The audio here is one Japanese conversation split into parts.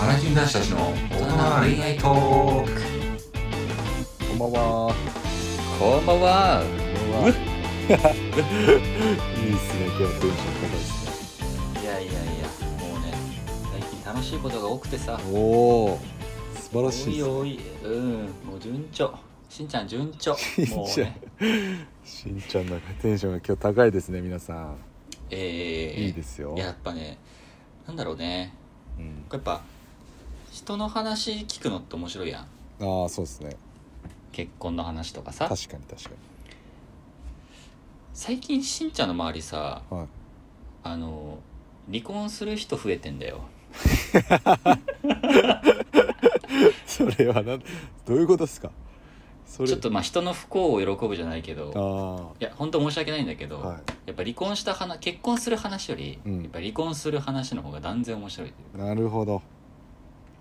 原人男子たちの大人の恋愛トークこんばんは。こんばんは。こんばんは。いいですね。今日はテンション高いですね。いやいやいや、もうね、最近楽しいことが多くてさ。おお。素晴おらしいいですね。おい、うん、もう順調。しんちゃん順 調。もうしんちゃねん、しんちゃんなんかテンションが今日高いですね。皆さん。えー、いいですよ。やっぱね、なんだろうね、うん。やっぱ人の話聞くのって面白いやん。ああ、そうですね。結婚の話とかさ。確かに確か最近しんちゃんの周りさ、に。はい。あの離婚する人増えてんだよ。それはなんどういうことですか。それ。ちょっとまあ人の不幸を喜ぶじゃないけど。あいや本当申し訳ないんだけど、はやっぱ離婚した話結婚する話より、うんやっぱ離婚する話の方が断然面白いというあ。なるほど。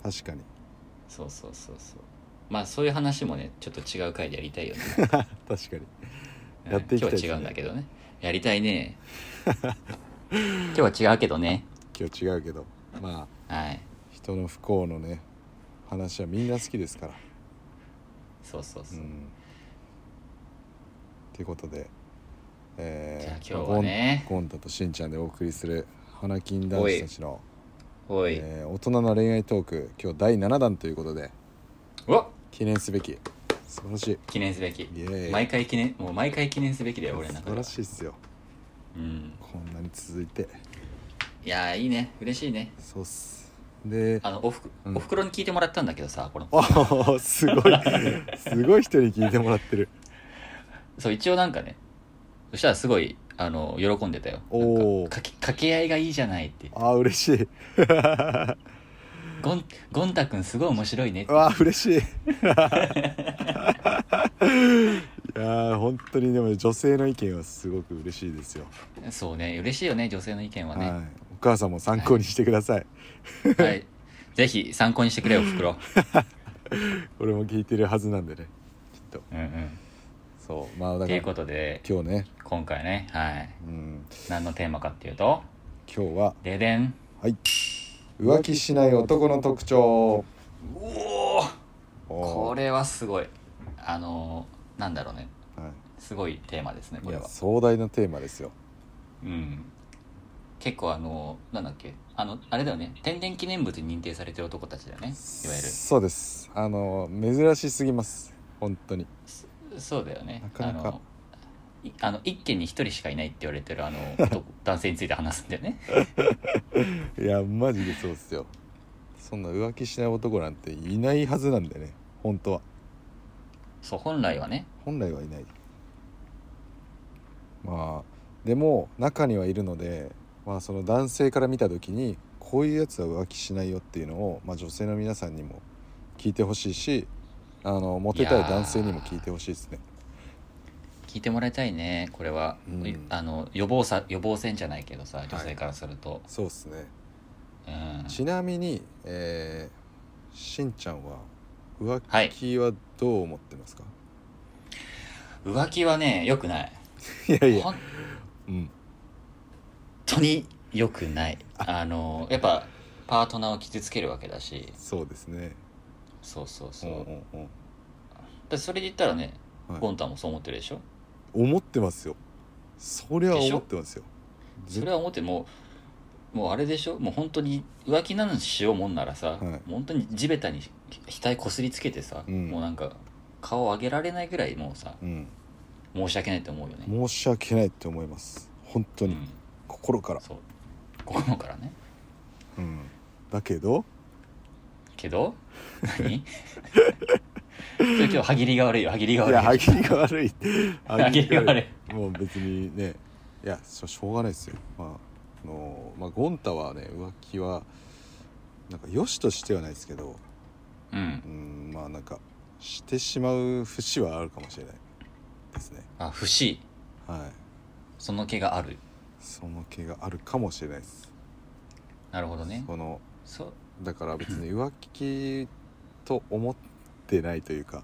確かに。 そうそうそうそうまあそういう話もねちょっと違う回でやりた いよね確かに。うんやっていきたいですね今日は違うんだけどねやりたいね 今日は違うけどね今日違うけど。まあ。はい人の不幸のね。話はみんな好きですから。そうそうそう、うんということで、えーじゃあ今日はねゴンゴンタとしんちゃんでお送りする「花金男子たちの、おい、えー大人の恋愛トーク」今日第7弾ということでうわ記念すべき素晴らしい記念すべきイエーイ毎回記念もう毎回記念すべきだよ俺の素中晴でらはしいっすようんこんなに続いていやーいいね嬉しいねそうっすであのおふく、うんおふくろに聞いてもらったんだけどさこの あーすごいすごい人に聞いてもらってるそう一応なんかねそしたらすごいあの喜んでたよおーなんかかけ掛け合いがいいじゃないってあー嬉しいゴンゴン太くんすごい面白いねってわあ嬉しい いやー本当にでも女性の意見はすごく嬉しいですよ、そうね嬉しいよね女性の意見ははいね、お母さんも参考にしてください、はい、ぜひ参考にしてくれよ袋俺も聞いてるはずなんでねきっとうんうんそうまあとだかいらうことで今日ね、今回ねはいうん、何のテーマかっていうと今日はででんはい浮気しない男の特徴うおーこおーれはすごいあのーなんだろうねはすごいテーマですねい、こいれやは壮大なテーマですようん結構あのなんだっけあのあれだよね天然記念物に認定されてる男たちだよねいわゆそうですあの珍しすぎます本当にるそうだよねなかなかあのいあの一軒に一人しかいないって言われてるあの 男男性について話すんだよねいやマジでそうっすよそんな浮気しない男なんていないはずなんでね本当はそう本来はね本来はいないまあでも中にはいるので、まあ、その男性から見た時にこういうやつは浮気しないよっていうのを、まあ、女性の皆さんにも聞いてほしいしあのモテたい男性にも聞いてほしいですね聞いてもらいたいねこれは、うんあの予防さ予防線じゃないけどさ女性からすると、そうですねうんちなみに、えーしんちゃんははい浮気はどう思って ますか、浮気はねよくないい、やいや本うん当によくないあのやっぱパートナーを傷つけるわけだしそうですねそうそうそう、んうんうんだそれで言ったらね、はいゴンタもそう思ってるでしょ思ってますよそれは思ってますよそれは思ってもうもうあれでしょもう本当に浮気なのにしようもんならさ、いもう本当に地べたに額こすりつけてさ、うんもうなんか顔上げられないぐらいもうさうん、申し訳ないと思うよね申し訳ないって思います本当に、うん心から、そう心からねうん、だけどけ ど何それ今日歯切りが悪いよ歯切りいがや悪歯い切りが悪い歯切りが悪いもう別にねいやそしょうがないですよまああのまあゴンタはね浮気はなんか良しとしてはないですけどうんうんまあなんかしてしまう節はあるかもしれないですねあ不死はいその毛があるその気があるかもしれないですなるほどねこのそうだから別に浮気と思ってないというか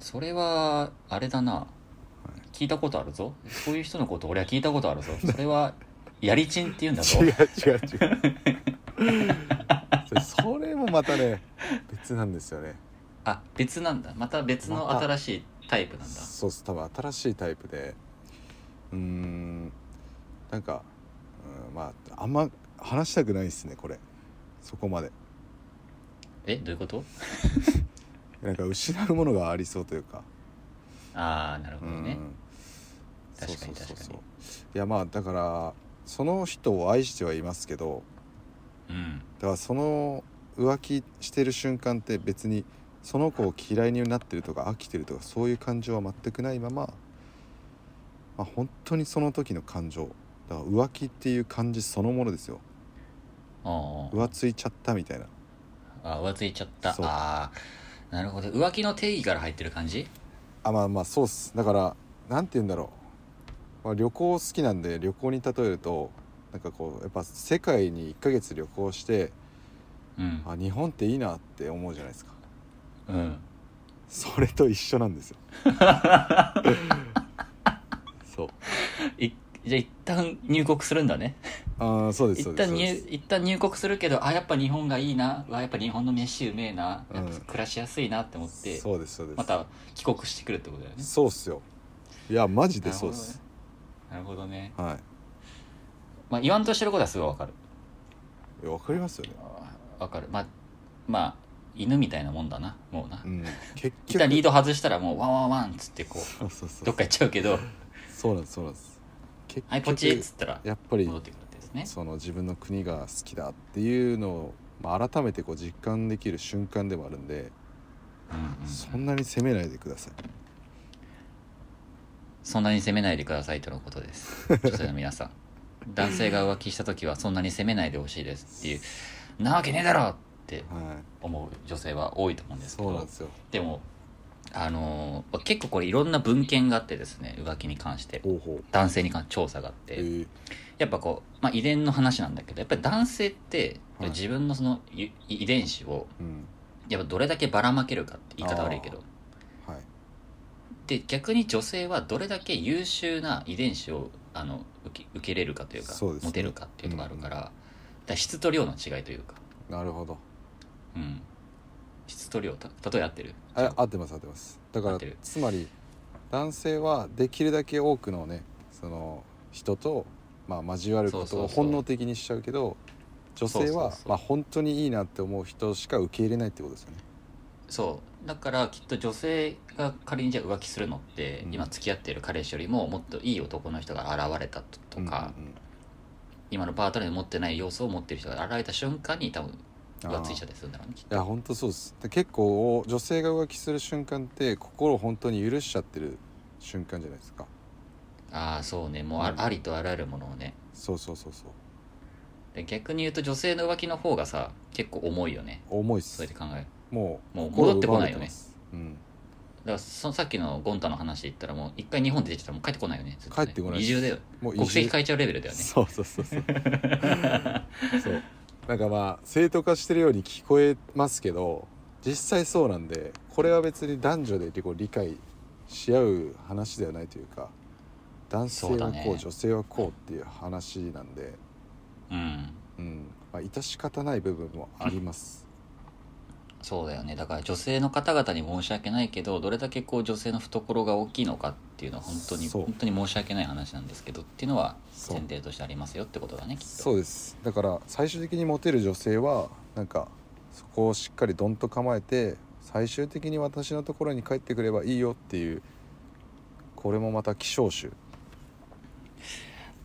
それはあれだな、聞いたことあるぞそういう 人のこと俺は聞いたことあるぞそれはやりちんって言うんだぞ違う違う違う それそれもまたね別なんですよねあ別なんだまた別のまた新しいタイプなんだ、そうっす多分新しいタイプでうーんなんか、うん、まああんま話したくないですねこれそこまでえどういうことなんか失うものがありそうというかああなるほうどんね、そう確かそうにそう確かそうにいやまあだからその人を愛してはいますけどうんだからその浮気してる瞬間って別にその子を嫌いになってるとか飽きてるとかそういう感情は全くないまま、まあ、本当にその時の感情だから浮気っていう感じそのものですよあ浮ついちゃったみたいなああ浮ついちゃったそうああなるほど浮気の定義から入ってる感じあまあまあそうっすだからなんて言うんだろう、まあ、旅行好きなんで旅行に例えるとなんかこうやっぱ世界に1ヶ月旅行してうん、あ日本っていいなって思うじゃないですかうん、それと一緒なん ですよそういじゃあ一旦入国するんだねああそうですそ一うです旦そう入です一旦入国するけどあやっぱ日本がいいなわやっぱ日本の飯うめえなやうっんぱ暮らしやすいなって思って、そうですそうですまた帰国してくるってことだよねそうっすよいやマジなでるそほうどっねす、なるほどね、はまあ、言わんとしてることはすごいわかるいいやわかりますよねわかるまあまあ犬みたいなもんだなもうな、うん結一旦局リード外したらもうワンワンワンっつってこうそうそうそうどっか行っちゃうけどそうなんですそうなんです結局はいポチっつったらやっぱり戻ってくるってですねその自分の国が好きだっていうのを、まあ、改めてこう実感できる瞬間でもあるんで、うんうんそんなに責めないでくださいそんなに責めないでくださいとのことです女性の皆さん 男性が浮気した時はそんなに責めないでほしいですっていうなわけねえだろっては思う女性は多いと思うんいですけそうなんどですよでもあのー結構これいろんな文献があってですね浮気に関して方法男性に関調査があって、えーやっぱこう、まあ、遺伝の話なんだけどやっぱり男性ってはい自分のそのゆ遺伝子をうんやっぱどれだけばらまけるかって言い方悪いけどはいで逆に女性はどれだけ優秀な遺伝子をあの受け受けれるかというかそうですね持てるかっていうのがあるから,、だから質と量の違いというか、なるほどうん、質と量た例え合ってるあ合ってます合ってますだか合らってるつまり男性はできるだけ多くのねその人と、まあ、交わるこそうとそをうそう本能的にしちゃうけど女性はそうそうそうまあ本当にいいなって思う人しか受け入れないってことですよねそうだからきっと女性が仮にじゃあ浮気するのって、うん今付き合ってる彼氏よりももっといい男の人が現れたととか、うんうんうん今のパートナーに持ってない要素を持ってる人が現れた瞬間に多分浮ついちゃったりするんだろうねきっいとや本当そうですで結構女性が浮気する瞬間って心を本当に許しちゃってる瞬間じゃないですかああそうねもうあ,、うんありとあらゆるものをねそうそうそうそうで逆に言うと女性の浮気の方がさ結構重いよね重いっそすれで考えるもうもう心を戻ってこないよ奪われねますうんだからそのさっきのゴンタの話で言ったらもう一回日本で出てきたらもう帰ってこないよねずとね帰ってこない移住だよもう移住国籍変えちゃうレベルだよねそうそうそうそうそうなんかまあ正当化してるように聞こえますけど実際そうなんでこれは別に男女でこう理解し合う話ではないというか男性そうだはこうね女性はこうっていう話なんで、うんうんまあ、致し方ない部分もあります、そうだよねだから女性の方々に申し訳ないけどどれだけこう女性の懐が大きいのかっていうのは本当にそう本当に申し訳ない話なんですけどっていうのはそう前提としてありますよってことだねきっとそうですだから最終的にモテる女性はなんかそこをしっかりどんと構えて最終的に私のところに帰ってくればいいよっていうこれもまた希少種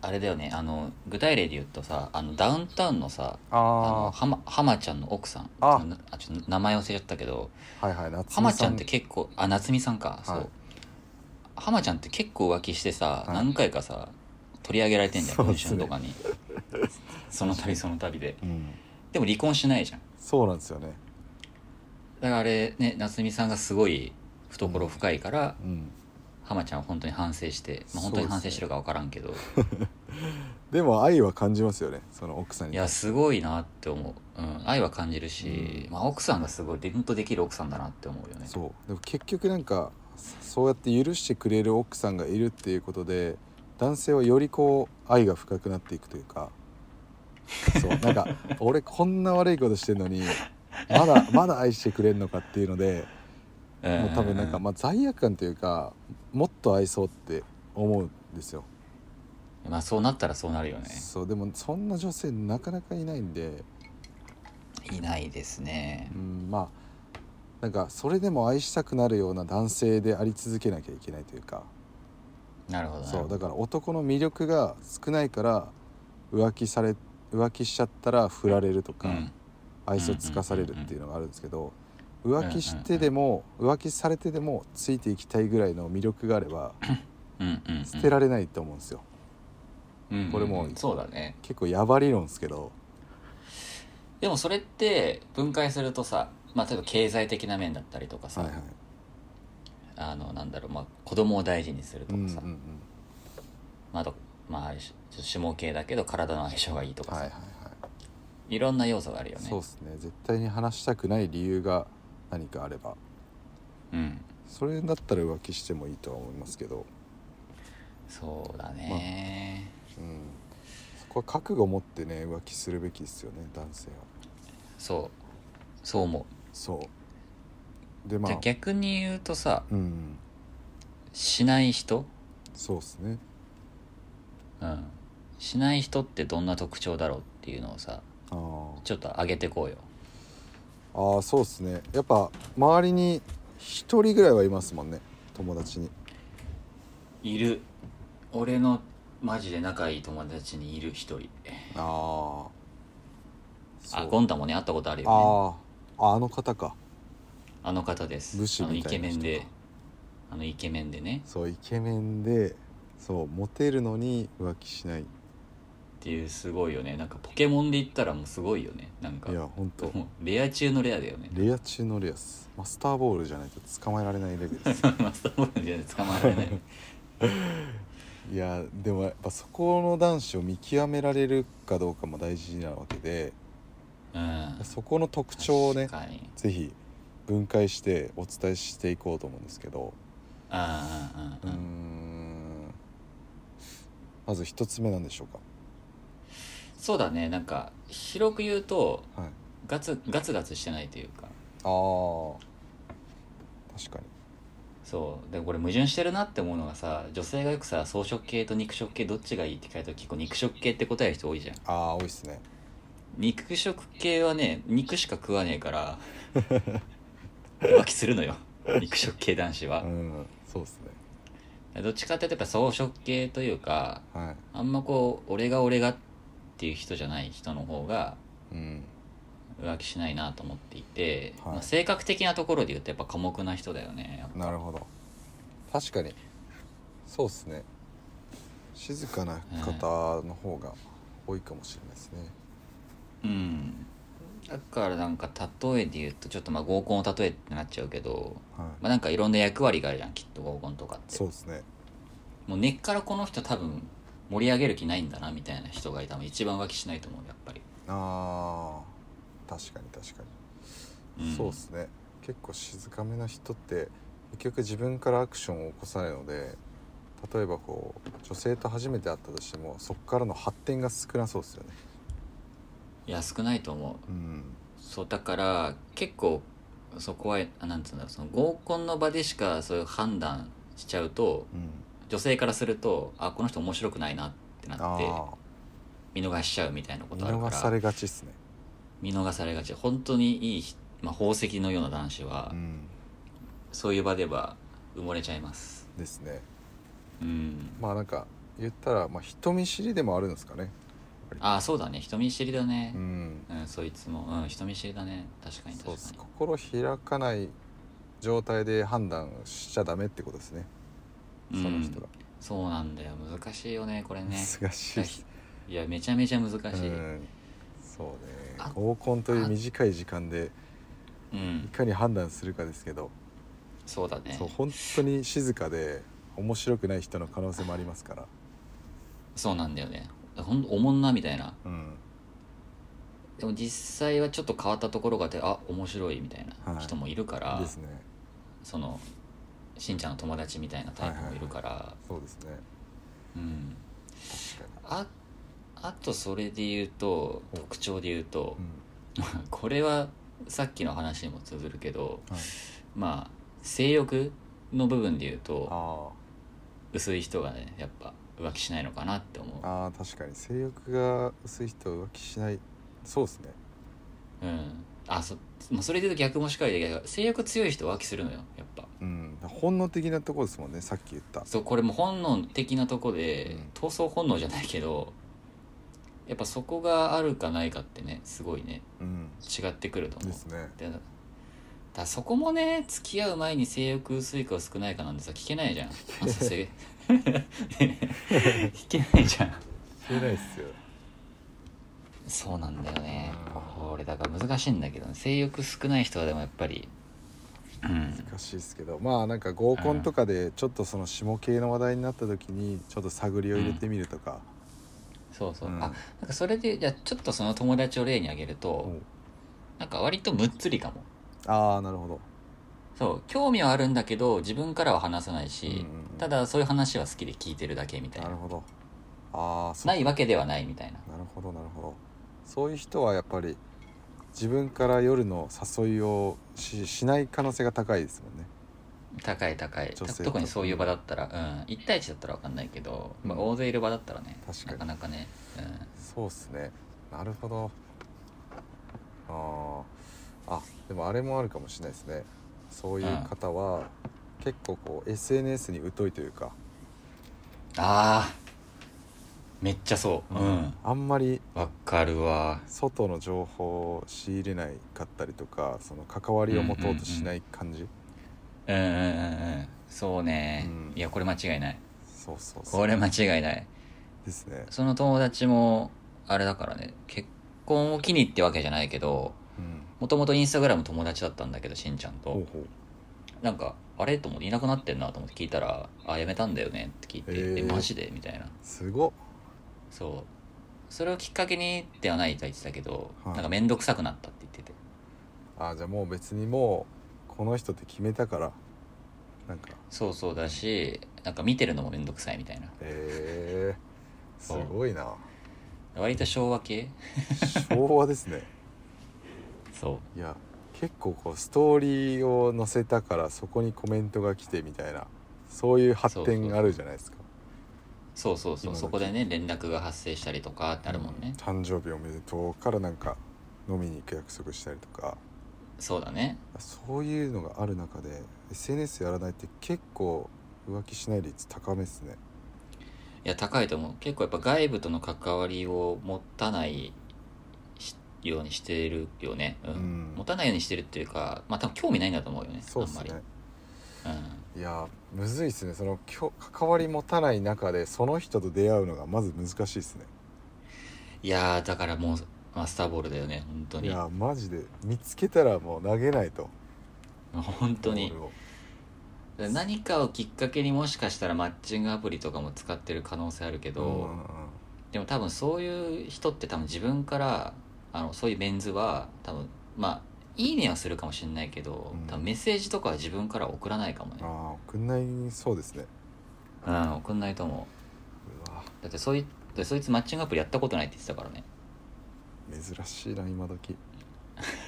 あれだよねあの具体例で言うとさあのダウンタウンのさあのあ浜浜ちゃんの奥さんあなあちょっと名前忘れちゃったけどあはいはい夏浜ちゃんって結構あ夏美さんかそう、はい浜ちゃんって結構浮気してはさ、い何回かさ取り上げられてんじゃんそうっ文す春ねとかにその度その度でうん、でも離婚しないじゃんそうなんですよねだからあれね夏美さんがすごい懐深いから、うん浜ちゃんは本当に反省して、まあ、本当に反省してるか分からんけ ど、でも愛は感じますよねその奥さんいにやすごいなって思う、うん、愛は感じるし、うまあ、奥さんがすごいりんとできる奥さんだなって思うよねそうでも結局なんかそうやって許してくれる奥さんがいるっていうことで男性はよりこう愛が深くなっていくというかそうなんか俺こんな悪いことしてんのにまだまだ愛してくれんのかっていうのでもう多分なんか、まあ、罪悪感というかもっと愛そうって思うんですよ、まあそうなったらそうなるよねそうでもそんな女性なかなかいないんで、いないですねうん、まあなんかそれでも愛したくなるような男性であり続けなきゃいけないというかなるほどなるそほうどだから男の魅力が少ないから浮気され浮気しちゃったら振られるとか、うん愛想つかされるっていうのがあるんですけど浮気してでも浮気されてでもついていきたいぐらいの魅力があればうんうんうん捨てられないと思うんですようんうんこれもうそうだね結構やば理論ですけどでもそれって分解するとさまあ例えば経済的な面だったりとかさ、はいはいあのなんだろうまあ子供を大事にするとうかんうんさ、うんまあ、あとまあある種ちょっと下系だけど体の相性がいいとかはいさ、はいはいい、ろんな要素があるよねそうですね絶対に話したくない理由が何かあればうんそれだったら浮気してもいいとは思いますけどそうだね、うんそこは覚悟を持ってね浮気するべきですよね男性はそうそう思そうでう、まじゃああ逆に言うとさうんしない人、そうですねうん、しない人ってどんな特徴だろうっていうのをさああちょっと上げてこうよああそうですねやっぱ周りに一人ぐらいはいますもんね友達にいる俺のマジで仲いい友達にいる一人ああゴンダもね会ったことあるよねあーああの方かあの方です武士あのみイたいケなメ人ンかであのイケメンでねそうイケメンでそうモテるのに浮気しないいっていうすごいよねなんかポケモンで言ったらもうすごいよねなんかやほん ともうレア中のレアだよ ねレア中のレアっすマスターボールじゃないと捕まえられないレベルです マスターボールじゃない捕まえられないいやでもやっぱそこの男子を見極められるかどうかも大事なわけでうんそこの特徴をね確かにぜひ分解してお伝えしていこうと思うんですけどああうーんまず一つ目なんでしょうそうだねなんか広く言うとかはいガツガツガツしてないというかああ確かにそうでこれ矛盾してるなって思うのがさ女性がよくさ草食系と肉食系どっちがいいって聞かれたら結構肉食系って答える人多いじゃんああ多いっすね肉食系はね肉しか食わねえから 浮気するのよ肉食系男子はう、んそうっすねどっちかっていうとやっぱ草食系というかはいあんまこう俺が俺がっていう人じゃない人の方がうん浮気しないなと思っていて、はいまあ、性格的なところで言うとやっぱ寡黙な人だよねなるほど確かにそうっすね静かな方の方が多いかもしれないですね、うんだからなんか例えで言うとちょっとまあ合コンを例えってなっちゃうけど、はいまあ、なんかいろんな役割があるじゃんきっと合コンとかってそうっすねもう根っからこの人多分盛り上げる気ないんだなみたいな人がいたの一番浮気しないと思うやっぱり、あー確かに確かに、んそうっすね結構静かめな人って結局自分からアクションを起こさないので例えばこう女性と初めて会ったとしてもそこからの発展が少なそうっすよねいや少ないと思ううんそうだから結構そこはあなんつうんだろうその合コンの場でしかそういう判断しちゃうとうん女性からするとあこの人面白くないなってなってあ見逃しちゃうみたいなこあ見とあるから逃されがちっすね見逃されがち本当にいい、まあ、宝石のような男子は、うんそういう場では埋もれちゃいますですねうんまあなんか言ったら、まあ、人見知りでもあるんですかねああそうだね人見知りだねうんうん、そいつもうん人見知りだね確かにそう確っすか心開かない状態で判断しちゃダメってことですねにその人が、うんそうなんだよ難しいよねこれね 難しいっすいやめちゃめちゃ難しい、ううんん、そうねあ合コンという短い時間でいかに判断するかですけど、そうだねそう本当に静かで面白くない人の可能性もありますから、そうなんだよねほんとおもんなみたいなうん、でも実際はちょっと変わったところがあってあ面白いみたいはない人もいるから、ですねそのしんちゃんの友達みたいなタイプもいるから、そうですねうん確かああとそれで言うとお特徴で言うとう、ん これはさっきの話にも通ずるけど、はいまあ性欲の部分で言うとあ薄い人がねやっぱ浮気しないのかなって思ーあー確かに性欲が薄い人は浮気しないそうですねううんあそ,、まあ、それで言うと逆もしかりで性欲強い人は浮気するのよやっぱうん本能的なところですもんねさっき言ったそうこれも本能的なとこで、うん闘争本能じゃないけどやっぱそこがあるかないかってねすごいねうん違ってくると思うですねでだからそこもね付き合う前に性欲薄いか少ないかなんてさ聞けな いじゃんあのせ 聞けないじゃ消んえないっすよそうなんだよねうんこれだから難しいんだけど、ね、性欲少ない人はでもやっぱりうん難しいですけどまあなんか合コンとかでちょっとその下系の話題になった時にちょっと探りを入れてみるとか、そうそう、うんあなんかそれでじゃあちょっとその友達を例に挙げると、うんなんか割とむっつりかもああなるほど、そう興味はあるんだけど自分からは話さないし、うんうんうんただそういう話は好きで聞いてるだけみたいななるほどああそうないわけではないみたいななるほどなるほどそういう人はやっぱり自分から夜の誘いをししない可能性が高いですもんね高い高い女性と特にそういう場だったら、うん、1対1だったら分かんないけど、まあ、うん大勢いる場だったらね確かになかなかね、そうっすねなるほどあーあでもあれもあるかもしれないですねそういう方は結構こう SNS に疎いというか、うん、ああめっちゃそううん、あんまりわかるわ外の情報を仕入れないかったりとかその関わりを持とうとしない感じ、うんうんうんうんそうね、うんいやこれ間違いないそうそうそこうれ間違いないですね、その友達もあれだからね結婚を機にってわけじゃないけどうん、もともとインスタグラム友達だったんだけどしんちゃんほとうほうなんかあれと思っていなくなってんなと思って聞いたら「あやめたんだよね」って聞いて「へーえマジで?」みたいなすごっそうそれをきっかけにではないとは言ってたけど、はいなんか面倒くさくなったって言っててあじゃあもう別にもうこの人って決めたからなんかそうそうだしなんか見てるのも面倒くさいみたいなえー、すごいな割と昭和系昭和です ねそういや結構こうストーリーを載せたからそこにコメントが来てみたいなそういう発そうそう展そうあるじゃないですかそうそうそう今時そこでね連絡が発生したりとかってあるもんね、誕生日おめでとうからなんか飲みに行く約束したりとかそうだねそういうのがある中で SNS やらないって結構浮気しない率高めですねいや高いと思う結構やっぱ外部との関わりを持たないしようにしてるよね、うんうん持たないようにしてるっていうかまあ多分興味ないんだと思うよねそうですあんまねり、うん、いやむずいですねそのきょ関わり持たない中でその人と出会うのがまず難しいですねいやーだからもうマスターボールだよね本当いにやマジで見つけたらもう投げないと本当にボールを何かをきっかけにもしかしたらマッチングアプリとかも使ってる可能性あるけど、うんうんうんでも多分そういう人って多分自分からあのそういうメンズは多分まあいいねはするかもしれないけど、うん多分メッセージとかは自分からは送らないかもね、ああ送んないそうですねうん、送んないと思うわうだってそういでそいつマッチングアプリやったことないって言ってたからね 珍しいな今時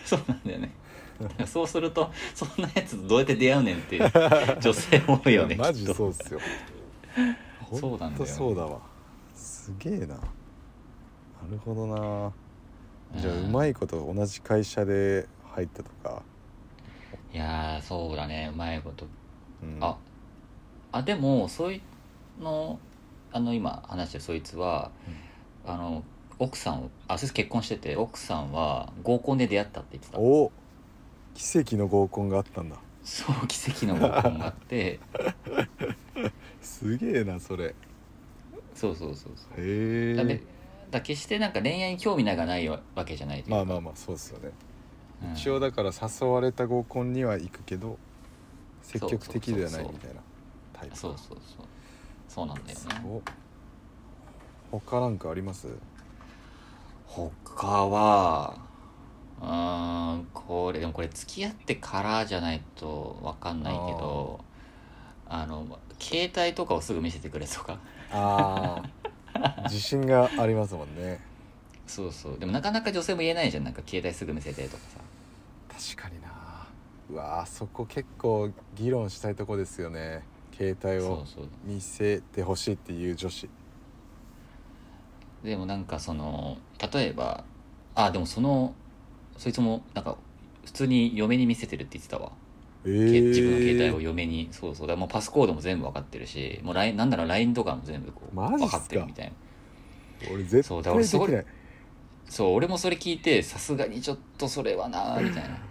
そうなんだよねだからそうするとそんなやつとどうやって出会うねんっていう 女性多いよねマジきっとそうっすよそうなんだよほねとそうだわすげえななるほどなじゃあううんまいこと同じ会社で入ったとか、いやーそうだねうまいことうんああでもそういうのあの今話してるそいつは、あの奥さんをあそいつ結婚してて奥さんは合コンで出会ったって言ってたお奇跡の合コンがあったんだそう奇跡の合コンがあって すげえなそれへそうそうそうそうだめえだ決してなんか恋愛に興味なんかないわけじゃないというかまあまあまあそうですよね、うん一応だから誘われた合コンには行くけど積極的ではないそうそうそうそうみたいなタイプそうそうそうそうなんだよすねごっ他なんかあります他はうーんこれでもこれ付き合ってからじゃないとわかんないけどあの携帯とかをすぐ見せてくれとかああ自信がありますもんね そうそうでもなかなか女性も言えないじゃんなんか携帯すぐ見せてとかさ確かになうわーそこ結構議論したいとこですよね携帯そをうそう見せてほしいっていう女子でもなんかその例えばあでもそのそいつもなんか普通に嫁に見せてるって言ってたわ、えけー自分の携帯を嫁にそうそうだからもうパスコードも全部分かってるしもう LINE なんなら LINE とかも全部こうマジっ分すかかってるみたいな俺絶そ対うだから俺ですきごいないそう俺もそれ聞いてさすがにちょっとそれはなみたいない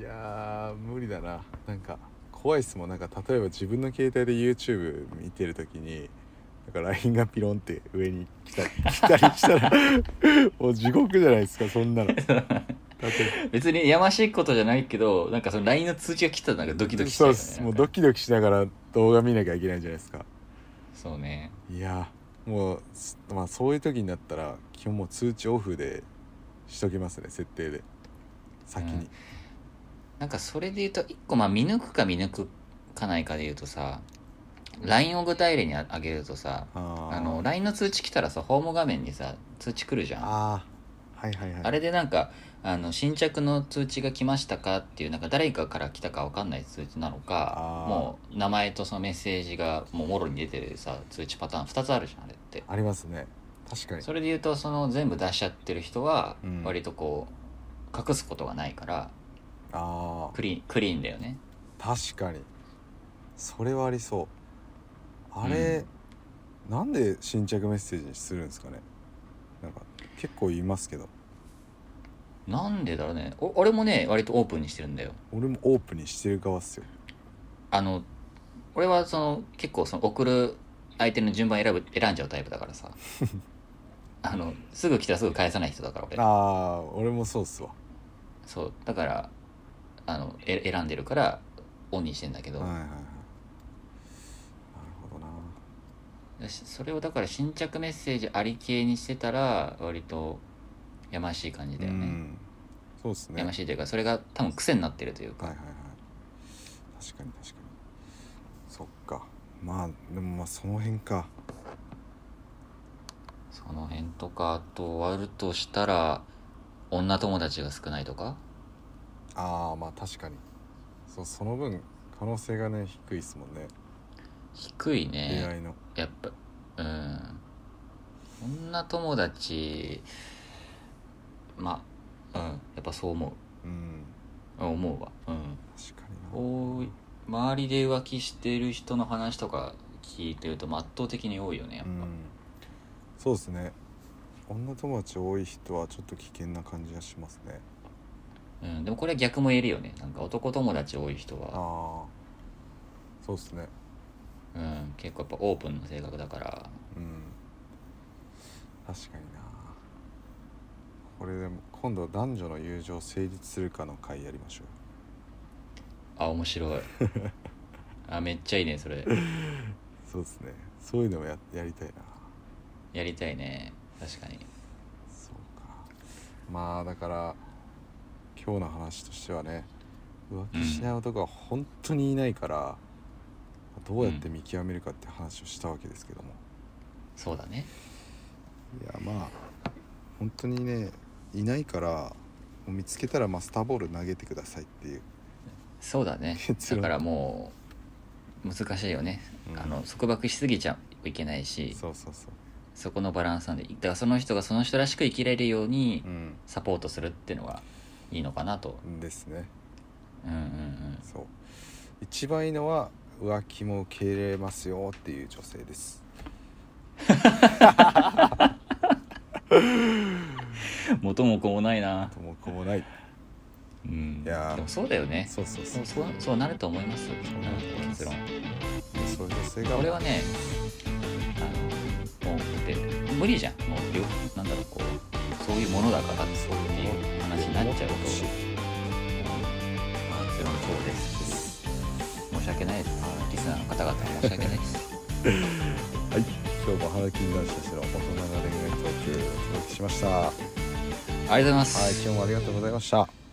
やー無理だななんか怖いっすもんなんか例えば自分の携帯で YouTube 見てる時になんか LINE がピロンって上に来 た来たりしたらもう地獄じゃないですかそんなのだって別にやましいことじゃないけどなんかその LINE の通知が来たらなん かドキドキしたそうよっねすなんもうかドキドキしながら動画見なきゃいけないじゃないですかそうねいやーもう、すまあ、そういう時になったら基本もう通知オフでしときますね設定で先に、なんかそれで言うと一個まあ見抜くか見抜くかないかで言うとさ LINE を具体例にあげるとさあーあの LINE の通知来たらさホーム画面にさ通知来るじゃんああーはいはいはいれでなんかあの新着の通知が来ましたかっていうなんか誰かから来たか分かんない通知なのかあーもう名前とそのメッセージがもうもろに出てるさ通知パターン2つあるじゃんあれってありますね確かにそれで言うとその全部出しちゃってる人はうん割とこう隠すことがないからああクリーンクリーンだよね確かにそれはありそうあれ、なんで新着メッセージにするんですかねなんか結構言いますけどなんでだろうねお俺もね割とオープンにしてるんだよ俺もオープンにしてる側っすよあの俺はその結構その送る相手の順番選ぶ選んじゃうタイプだか らさあのすぐ来たらすぐ返さない人だから俺ああー俺もそうっすわそうだからあのえ選んでるからオンにしてんだけど、はいはいはいなるほどなしそれをだから新着メッセージあり系にしてたら割とやましい感じだようね、んそうっすねやましいというかそれが多分癖になってるというか、はいはいはい確かに確かにそっかまあでもまあその辺かその辺とかあと割るとしたら女友達が少ないとかああまあ確かにそうその分可能性がね低いっすもんね低いね恋愛のやっぱうん女友達まあうんやっぱそう思うんううん思うわうん確かにな多い周りで浮気してる人の話とか聞いてると圧倒的に多いよねやっうぱ、んそうですね女友達多い人はちょっと危険な感じがしますねうんでもこれは逆も言えるよねなんか男友達多い人は、ああそうですねうん、結構やっぱオープンの性格だからうん確かになこれでも今度男女の友情成立するかの回やりましょあ 面白いあめっちゃいいねそれうそうですねそういうのもややりたいなやりたいね確かにそうかまあだから今日の話としてはね浮気しない男は本当にいないから、どうやって見極めるかって話をしたわけですけども、そうだねいやまあ本当にねいないからもう見つけたらマスターボール投げてくださいっていうそうだね結だ論からもう難しいよね、うんあの束縛しすぎちゃいけないしそそうそうそうこのバランスなんでだからその人がその人らしく生きられるようにうんサポートするっていうのがいいのかなとですねうんうんうんそう一番いいのは浮気も受け入れますよっていう女性です元も子もないなともこもないうんいやーでもそうだよねそうそうそそううそうそうなると思いますうなると思います結そうい論う女性がこれはねあのもうだって無理じゃんもうよなんだろうこうそういうものだからっていう話になっちゃうとし結論そうです申し訳ないですリスナーの方々に申し訳ないですはい、今日も花金男子たちの大人な恋愛トークをお届けしました。はい、ありがとうございます、今日もありがとうございました。